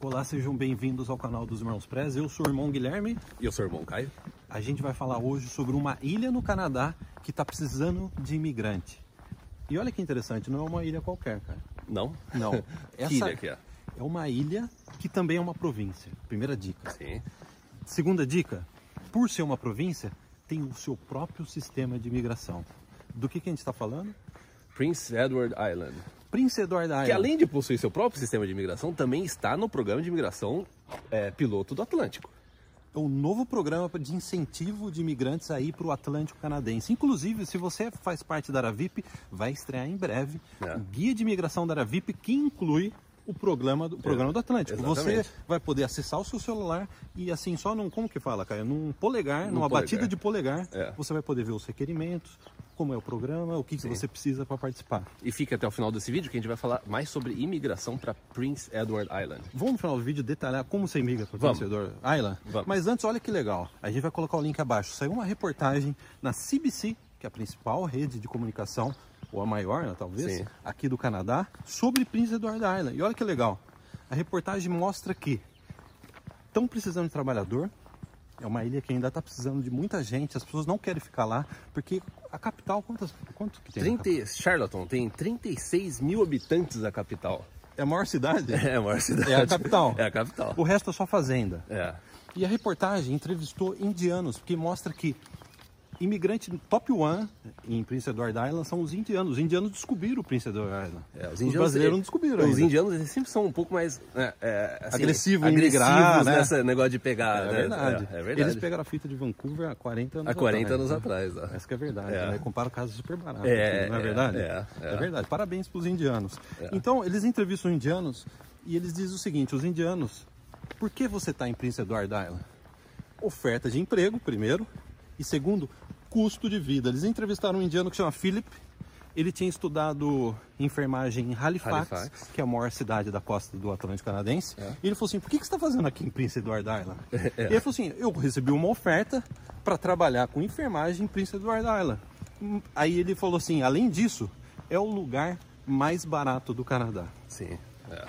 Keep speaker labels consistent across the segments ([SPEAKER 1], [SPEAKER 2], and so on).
[SPEAKER 1] Olá, sejam bem-vindos ao canal dos Irmãos Prez. Eu sou o irmão Guilherme.
[SPEAKER 2] E eu sou o irmão Caio.
[SPEAKER 1] A gente vai falar hoje sobre uma ilha no Canadá que está precisando de imigrante. E olha que interessante, não é uma ilha qualquer, cara.
[SPEAKER 2] Não?
[SPEAKER 1] Não.
[SPEAKER 2] que ilha que é?
[SPEAKER 1] é uma ilha que também é uma província. Primeira dica.
[SPEAKER 2] Sim.
[SPEAKER 1] Segunda dica, por ser uma província, tem o seu próprio sistema de imigração. Do que, que a gente está falando?
[SPEAKER 2] Prince Edward Island.
[SPEAKER 1] Prince Edward Island.
[SPEAKER 2] Que além de possuir seu próprio sistema de imigração, também está no programa de imigração é, piloto do Atlântico.
[SPEAKER 1] É um novo programa de incentivo de imigrantes aí para o Atlântico Canadense. Inclusive, se você faz parte da Aravip, vai estrear em breve
[SPEAKER 2] É.
[SPEAKER 1] o Guia de Imigração da Aravip, que inclui o programa do, programa do Atlântico.
[SPEAKER 2] É, exatamente.
[SPEAKER 1] Você vai poder acessar o seu celular e assim, só num, como que fala, Caio? Num polegar, numa
[SPEAKER 2] polegar.
[SPEAKER 1] batida de polegar,
[SPEAKER 2] É.
[SPEAKER 1] você vai poder ver os requerimentos, como é o programa, o que, que você precisa para participar.
[SPEAKER 2] E fica até o final desse vídeo que a gente vai falar mais sobre imigração para Prince Edward Island.
[SPEAKER 1] Vamos no final do vídeo detalhar como você migra para o
[SPEAKER 2] Vamos.
[SPEAKER 1] vencedor Ayla.
[SPEAKER 2] Vamos.
[SPEAKER 1] Mas antes, olha que legal. A gente vai colocar o link abaixo. Saiu uma reportagem na CBC, que é a principal rede de comunicação, ou a maior, né, talvez,
[SPEAKER 2] Sim.
[SPEAKER 1] aqui do Canadá, sobre Prince Edward Island. E olha que legal. A reportagem mostra que estão precisando de trabalhador. É uma ilha que ainda está precisando de muita gente. As pessoas não querem ficar lá, porque a capital, quantas, quanto que tem? na
[SPEAKER 2] 30, Charlottetown tem 36 mil habitantes da capital.
[SPEAKER 1] capital? É a maior cidade?
[SPEAKER 2] É a maior cidade.
[SPEAKER 1] É a capital.
[SPEAKER 2] É a capital.
[SPEAKER 1] O resto é só fazenda.
[SPEAKER 2] É.
[SPEAKER 1] E a reportagem entrevistou indianos, porque mostra que imigrante top one em Prince Edward Island são os indianos. Os indianos descobriram o Prince Edward Island.
[SPEAKER 2] É, os,
[SPEAKER 1] os
[SPEAKER 2] indianos,
[SPEAKER 1] brasileiros não
[SPEAKER 2] eles-
[SPEAKER 1] descobriram
[SPEAKER 2] Os
[SPEAKER 1] ainda.
[SPEAKER 2] indianos eles sempre são um pouco mais né, é, assim,
[SPEAKER 1] Agressivo em
[SPEAKER 2] agressivos
[SPEAKER 1] migrar, né?
[SPEAKER 2] nesse negócio de
[SPEAKER 1] É
[SPEAKER 2] pegar. né?
[SPEAKER 1] verdade.
[SPEAKER 2] É, é verdade.
[SPEAKER 1] Eles pegaram a fita de Vancouver há 40 anos
[SPEAKER 2] Há 40
[SPEAKER 1] atrás,
[SPEAKER 2] anos
[SPEAKER 1] né?
[SPEAKER 2] atrás. ó.
[SPEAKER 1] Essa que é verdade,
[SPEAKER 2] É.
[SPEAKER 1] né? Compara o caso super barato,
[SPEAKER 2] É,
[SPEAKER 1] aqui, não é,
[SPEAKER 2] é,
[SPEAKER 1] verdade?
[SPEAKER 2] é, é.
[SPEAKER 1] verdade. Parabéns para os indianos. Então, eles entrevistam indianos e eles dizem o seguinte, os indianos, por que você está em Prince Edward Island? Oferta de emprego, primeiro, e segundo, custo de vida. Eles entrevistaram um indiano que chama Philip, ele tinha estudado enfermagem em Halifax,
[SPEAKER 2] Halifax.
[SPEAKER 1] que é a maior cidade da costa do Atlântico Canadense. E ele falou assim: por que, que você está fazendo aqui em Prince Edward Island? E ele falou assim: eu recebi uma oferta para trabalhar com enfermagem em Prince Edward Island. Hum, Aí ele falou assim: além disso, é o lugar mais barato do Canadá.
[SPEAKER 2] Sim. é.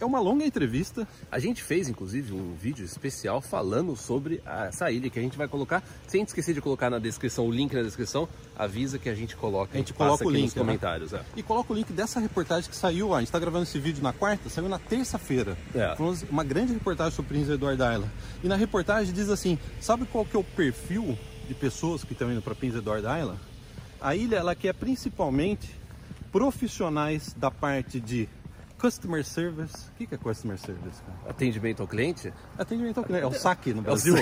[SPEAKER 1] É uma longa entrevista.
[SPEAKER 2] A gente fez, inclusive, um vídeo especial falando sobre a- essa ilha que a gente vai colocar. Sem esquecer de colocar na descrição, o link na descrição, avisa que a gente coloca.
[SPEAKER 1] A gente
[SPEAKER 2] passa
[SPEAKER 1] coloca o
[SPEAKER 2] aqui
[SPEAKER 1] link,
[SPEAKER 2] nos
[SPEAKER 1] né?
[SPEAKER 2] comentários. é.
[SPEAKER 1] E coloca o link dessa reportagem que saiu, ó, a gente está gravando esse vídeo na quarta, saiu na terça-feira.
[SPEAKER 2] É.
[SPEAKER 1] Foi umas- uma grande reportagem sobre o Prince Edward Island. E na reportagem diz assim, sabe qual que é o perfil de pessoas que estão indo para Prince Edward Island? A ilha, ela quer principalmente profissionais da parte de customer service. O que, que é customer service, cara?
[SPEAKER 2] Atendimento ao cliente?
[SPEAKER 1] Atendimento ao cliente. É o saque no Brasil.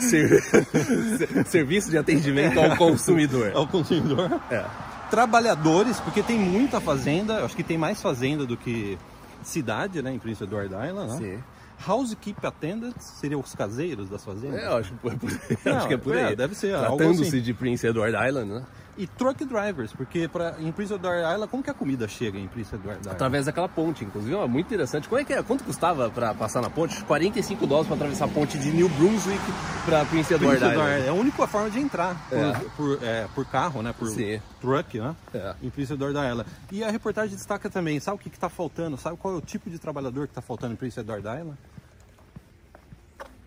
[SPEAKER 2] Ser- ser- Serviço de atendimento ao consumidor.
[SPEAKER 1] ao consumidor. É. Trabalhadores, porque tem muita fazenda, eu acho que tem mais fazenda do que cidade, né, em Prince Edward Island, né?
[SPEAKER 2] Sim.
[SPEAKER 1] Housekeep attendants seriam os caseiros das fazendas.
[SPEAKER 2] É, eu acho, que é por, eu
[SPEAKER 1] Não,
[SPEAKER 2] acho que é por aí.
[SPEAKER 1] é, deve ser, algo
[SPEAKER 2] Tratando-se
[SPEAKER 1] assim.
[SPEAKER 2] de Prince Edward Island, né?
[SPEAKER 1] E truck drivers, porque pra, em Prince Edward Island, como que a comida chega em Prince Edward Island?
[SPEAKER 2] Através daquela ponte, inclusive, ó, muito interessante. Como é que é? Quanto custava pra passar na ponte? 45 dólares pra atravessar a ponte de New Brunswick pra Prince Edward
[SPEAKER 1] Prince
[SPEAKER 2] Island.
[SPEAKER 1] Edward é a única forma de entrar por,
[SPEAKER 2] É.
[SPEAKER 1] por, é, por carro, né? Por
[SPEAKER 2] Sim.
[SPEAKER 1] truck, né?
[SPEAKER 2] É.
[SPEAKER 1] Em Prince Edward Island. E a reportagem destaca também, sabe o que está faltando? Sabe qual é o tipo de trabalhador que está faltando em Prince Edward Island?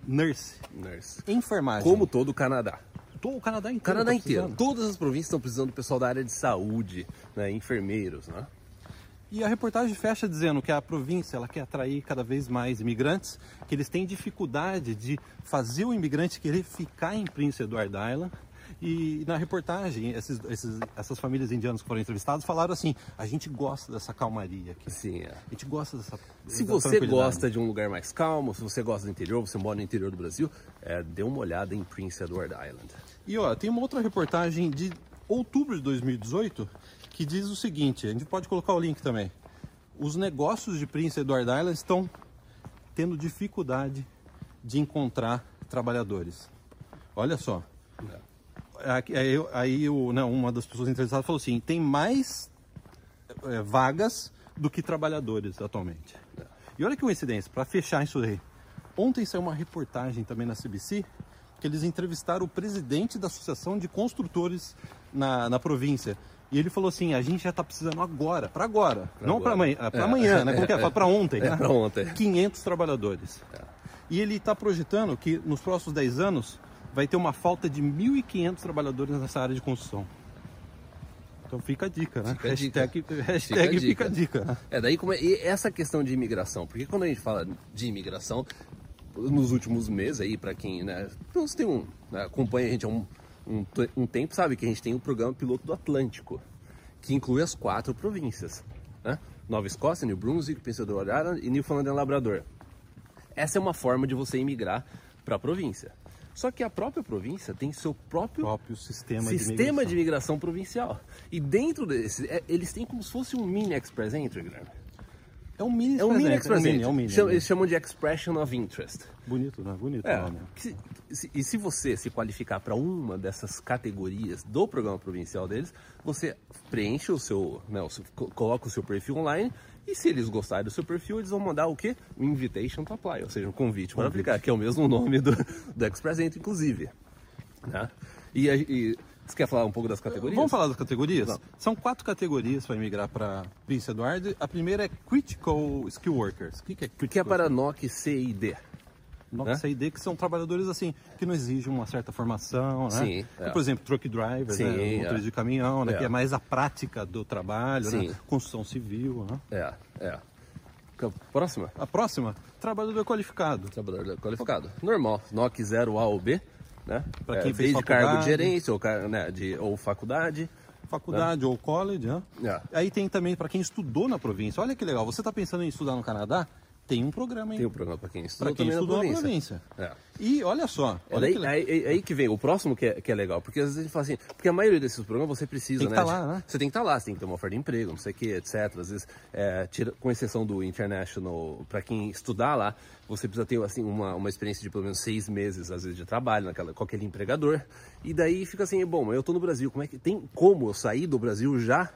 [SPEAKER 1] Nurse.
[SPEAKER 2] Nurse.
[SPEAKER 1] Enfermagem.
[SPEAKER 2] Como todo o Canadá.
[SPEAKER 1] Tô- o Canadá inteiro.
[SPEAKER 2] O Canadá
[SPEAKER 1] tá
[SPEAKER 2] inteiro.
[SPEAKER 1] precisando.
[SPEAKER 2] Todas as províncias estão precisando do pessoal da área de saúde, né? Enfermeiros, né?
[SPEAKER 1] E a reportagem fecha dizendo que a província ela quer atrair cada vez mais imigrantes, que eles têm dificuldade de fazer o imigrante querer ficar em Prince Edward Island. E na reportagem, esses- esses- essas famílias indianas que foram entrevistadas falaram assim: a gente gosta dessa calmaria aqui.
[SPEAKER 2] Sim, é.
[SPEAKER 1] A gente gosta dessa.
[SPEAKER 2] Se
[SPEAKER 1] da
[SPEAKER 2] você
[SPEAKER 1] Então, tranquilidade."
[SPEAKER 2] gosta de um lugar mais calmo, se você gosta do interior, você mora no interior do Brasil, é, dê uma olhada em Prince Edward Island.
[SPEAKER 1] E ó, tem uma outra reportagem de outubro de 2018 que diz o seguinte: a gente pode colocar o link também. Os negócios de Prince Edward Island estão tendo dificuldade de encontrar trabalhadores. Olha só. Aqui- Aí, eu- aí eu- né, uma das pessoas entrevistadas falou assim: tem mais eh, vagas do que trabalhadores atualmente. E olha que coincidência, para fechar isso aí. Ontem saiu uma reportagem também na CBC que eles entrevistaram o presidente da Associação de Construtores na, na província. E ele falou assim: a gente já está precisando agora, para agora, não para amanhã, para
[SPEAKER 2] É.
[SPEAKER 1] amanhã, né? Como que é? Para ontem,
[SPEAKER 2] É,
[SPEAKER 1] né?
[SPEAKER 2] pra ontem. É.
[SPEAKER 1] 500 trabalhadores. E ele está projetando que nos próximos 10 anos vai ter uma falta de 1.500 trabalhadores nessa área de construção. Então fica a dica, né?
[SPEAKER 2] Fica a
[SPEAKER 1] hashtag
[SPEAKER 2] dica.
[SPEAKER 1] hashtag
[SPEAKER 2] Fica
[SPEAKER 1] fica
[SPEAKER 2] a
[SPEAKER 1] a
[SPEAKER 2] dica.
[SPEAKER 1] dica. né?
[SPEAKER 2] É, daí como é, e essa questão de imigração, porque quando a gente fala de imigração, nos últimos meses aí, para quem, né, então você tem um, né, acompanha a gente há um, um, te- um tempo, sabe que a gente tem o programa piloto do Atlântico, que inclui as quatro províncias, né? Nova Escócia, New Brunswick, Pensador Island e Newfoundland e Labrador. Essa é uma forma de você imigrar para a província. Só que a própria província tem seu
[SPEAKER 1] O
[SPEAKER 2] próprio
[SPEAKER 1] próprio sistema,
[SPEAKER 2] Sistema de
[SPEAKER 1] de imigração.
[SPEAKER 2] imigração provincial. E dentro desse, é, eles têm como se fosse um mini Express Entry, Guilherme.
[SPEAKER 1] É um mini
[SPEAKER 2] É um mini Express
[SPEAKER 1] presente,
[SPEAKER 2] Entry.
[SPEAKER 1] é um mini, é um
[SPEAKER 2] Chama-
[SPEAKER 1] mini.
[SPEAKER 2] Eles chamam de Expression of Interest.
[SPEAKER 1] Bonito, né? Bonito o
[SPEAKER 2] É.
[SPEAKER 1] nome.
[SPEAKER 2] Se- se- e se você se qualificar para uma dessas categorias do programa provincial deles, você preenche o seu, né, o seu- co- coloca o seu perfil online e se eles gostarem do seu perfil, eles vão mandar o quê? Um invitation to apply, ou seja, um convite para aplicar, que é o mesmo nome do, do Express Entry, inclusive. Né? E, a- e- você quer falar um pouco das categorias?
[SPEAKER 1] Vamos falar das categorias?
[SPEAKER 2] Vamos.
[SPEAKER 1] São quatro categorias para migrar para Prince Eduardo. A primeira é Critical Skill Workers. O que, que é
[SPEAKER 2] que é
[SPEAKER 1] Critical
[SPEAKER 2] para NOC C e D.
[SPEAKER 1] Nossa, ID, que são trabalhadores assim, que não exigem uma certa formação, né?
[SPEAKER 2] Sim,
[SPEAKER 1] Que,
[SPEAKER 2] é.
[SPEAKER 1] Por exemplo, truck driver,
[SPEAKER 2] Sim,
[SPEAKER 1] né?
[SPEAKER 2] é.
[SPEAKER 1] motorista de caminhão, né?
[SPEAKER 2] É.
[SPEAKER 1] Que é mais a prática do trabalho,
[SPEAKER 2] Sim.
[SPEAKER 1] né? Construção civil, né?
[SPEAKER 2] É, é. Ca- Próxima.
[SPEAKER 1] A próxima, trabalhador qualificado.
[SPEAKER 2] Trabalhador qualificado. Normal. NOC 0 A ou B, né?
[SPEAKER 1] Pra
[SPEAKER 2] É,
[SPEAKER 1] quem fez
[SPEAKER 2] desde cargo de
[SPEAKER 1] faculdade.
[SPEAKER 2] gerência ou, car- né, de, ou faculdade.
[SPEAKER 1] Faculdade ou college, né?
[SPEAKER 2] É.
[SPEAKER 1] Aí tem também para quem estudou na província. Olha que legal, você está pensando em estudar no Canadá? Tem um programa, hein?
[SPEAKER 2] Tem o programa para quem estudou
[SPEAKER 1] Para quem
[SPEAKER 2] também
[SPEAKER 1] estudou na
[SPEAKER 2] na província.
[SPEAKER 1] província.
[SPEAKER 2] É.
[SPEAKER 1] E olha só,
[SPEAKER 2] É
[SPEAKER 1] olha
[SPEAKER 2] daí,
[SPEAKER 1] que legal.
[SPEAKER 2] aí, aí- aí que vem o próximo que é, que é legal, porque às vezes a gente fala assim, porque a maioria desses programas você precisa,
[SPEAKER 1] Tem que
[SPEAKER 2] né?
[SPEAKER 1] tá lá, né?
[SPEAKER 2] Você tem que estar lá, você tem que ter uma oferta de emprego, não sei o que, etc. Às vezes, é, tira- com exceção do International, para quem estudar lá, você precisa ter assim, uma, uma experiência de pelo menos seis meses, às vezes, de trabalho naquela, com aquele empregador. E daí fica assim, bom, mas eu tô no Brasil, como é que. Tem como eu sair do Brasil já?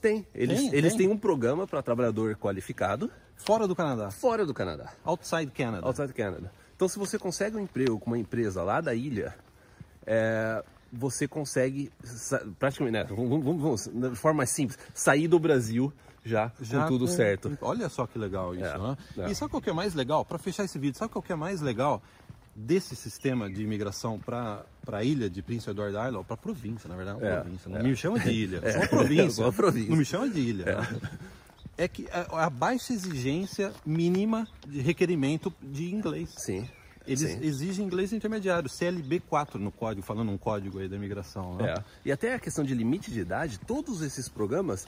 [SPEAKER 2] Tem. Eles,
[SPEAKER 1] Tem,
[SPEAKER 2] eles
[SPEAKER 1] tem.
[SPEAKER 2] têm um programa para trabalhador qualificado
[SPEAKER 1] Fora do Canadá,
[SPEAKER 2] fora do Canadá.
[SPEAKER 1] outside Canada.
[SPEAKER 2] Outside Canada. Então, se você consegue um emprego com uma empresa lá da ilha, é, você consegue, sa- praticamente, né, vamos, vamos- vamos- de forma mais simples, sair do Brasil já, com tudo
[SPEAKER 1] com-
[SPEAKER 2] certo.
[SPEAKER 1] é. Olha só que legal isso,
[SPEAKER 2] É,
[SPEAKER 1] né?
[SPEAKER 2] é.
[SPEAKER 1] E sabe qual que é mais legal? Para fechar esse vídeo, sabe qual que é mais legal desse sistema de imigração para a ilha de Prince Edward Island, para província, na verdade, uma
[SPEAKER 2] É,
[SPEAKER 1] província.
[SPEAKER 2] é.
[SPEAKER 1] Não me chama de ilha, é. só província.
[SPEAKER 2] só província.
[SPEAKER 1] Não me chama de ilha. né? É que a, a baixa exigência mínima de requerimento de inglês.
[SPEAKER 2] Sim.
[SPEAKER 1] Eles
[SPEAKER 2] sim.
[SPEAKER 1] exigem inglês intermediário, CLB4 no código, falando um código aí da imigração. Né?
[SPEAKER 2] É. E até a questão de limite de idade, todos esses programas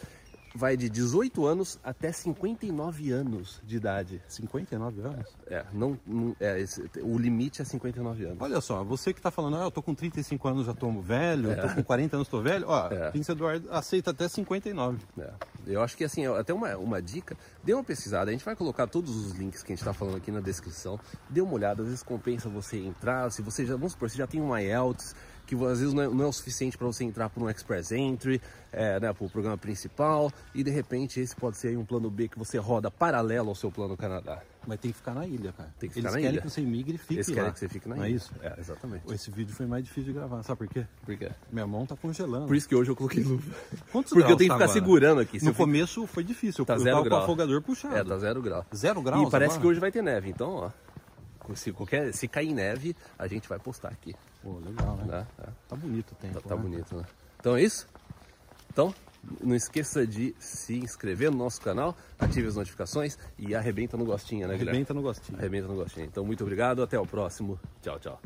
[SPEAKER 2] vai de 18 anos até 59 anos de idade.
[SPEAKER 1] 59 anos?
[SPEAKER 2] É, não, não- é, esse- o limite é 59 anos.
[SPEAKER 1] Olha só, você que tá falando, ah, eu tô com 35 anos, já tô velho, eu tô com 40 anos, tô velho, ó,
[SPEAKER 2] É.
[SPEAKER 1] Prince Eduardo aceita até 59.
[SPEAKER 2] É. Eu acho que assim, até uma, uma dica, dê uma pesquisada, a gente vai colocar todos os links que a gente está falando aqui na descrição, dê uma olhada, às vezes compensa você entrar, se você já, vamos supor, você já tem um IELTS, que às vezes não é, não é o suficiente para você entrar para um Express Entry, é, né, para o programa principal, e de repente esse pode ser aí um plano B que você roda paralelo ao seu plano Canadá.
[SPEAKER 1] Mas tem que ficar na ilha, cara.
[SPEAKER 2] Tem
[SPEAKER 1] Eles
[SPEAKER 2] que ficar na
[SPEAKER 1] querem
[SPEAKER 2] ilha.
[SPEAKER 1] que você migre e fique
[SPEAKER 2] Eles
[SPEAKER 1] lá.
[SPEAKER 2] querem que você fique na
[SPEAKER 1] Não é
[SPEAKER 2] ilha.
[SPEAKER 1] isso?
[SPEAKER 2] É, exatamente.
[SPEAKER 1] Esse vídeo foi mais difícil de gravar, sabe por quê?
[SPEAKER 2] Por quê?
[SPEAKER 1] Minha mão tá congelando.
[SPEAKER 2] Por isso que hoje eu coloquei luva.
[SPEAKER 1] Quantos
[SPEAKER 2] Porque eu
[SPEAKER 1] graus tá
[SPEAKER 2] tenho que ficar
[SPEAKER 1] agora?
[SPEAKER 2] segurando aqui. se
[SPEAKER 1] No
[SPEAKER 2] eu fico-
[SPEAKER 1] começo foi difícil,
[SPEAKER 2] Tá
[SPEAKER 1] eu
[SPEAKER 2] zero
[SPEAKER 1] tava
[SPEAKER 2] grau.
[SPEAKER 1] com o afogador puxado.
[SPEAKER 2] É, tá zero grau.
[SPEAKER 1] Zero graus
[SPEAKER 2] E parece
[SPEAKER 1] agora?
[SPEAKER 2] que hoje vai ter neve, então, ó. Se, qualquer, se cair neve, a gente vai postar aqui.
[SPEAKER 1] Pô, legal, né?
[SPEAKER 2] Né? É,
[SPEAKER 1] Tá bonito o tempo,
[SPEAKER 2] Tá, tá
[SPEAKER 1] né?
[SPEAKER 2] bonito, né? Então é isso. Então, não esqueça de se inscrever no nosso canal, ative as notificações e arrebenta no gostinho, né, Guilherme?
[SPEAKER 1] Arrebenta no gostinho.
[SPEAKER 2] Arrebenta no gostinho. Então, muito obrigado, até o próximo. Tchau, tchau.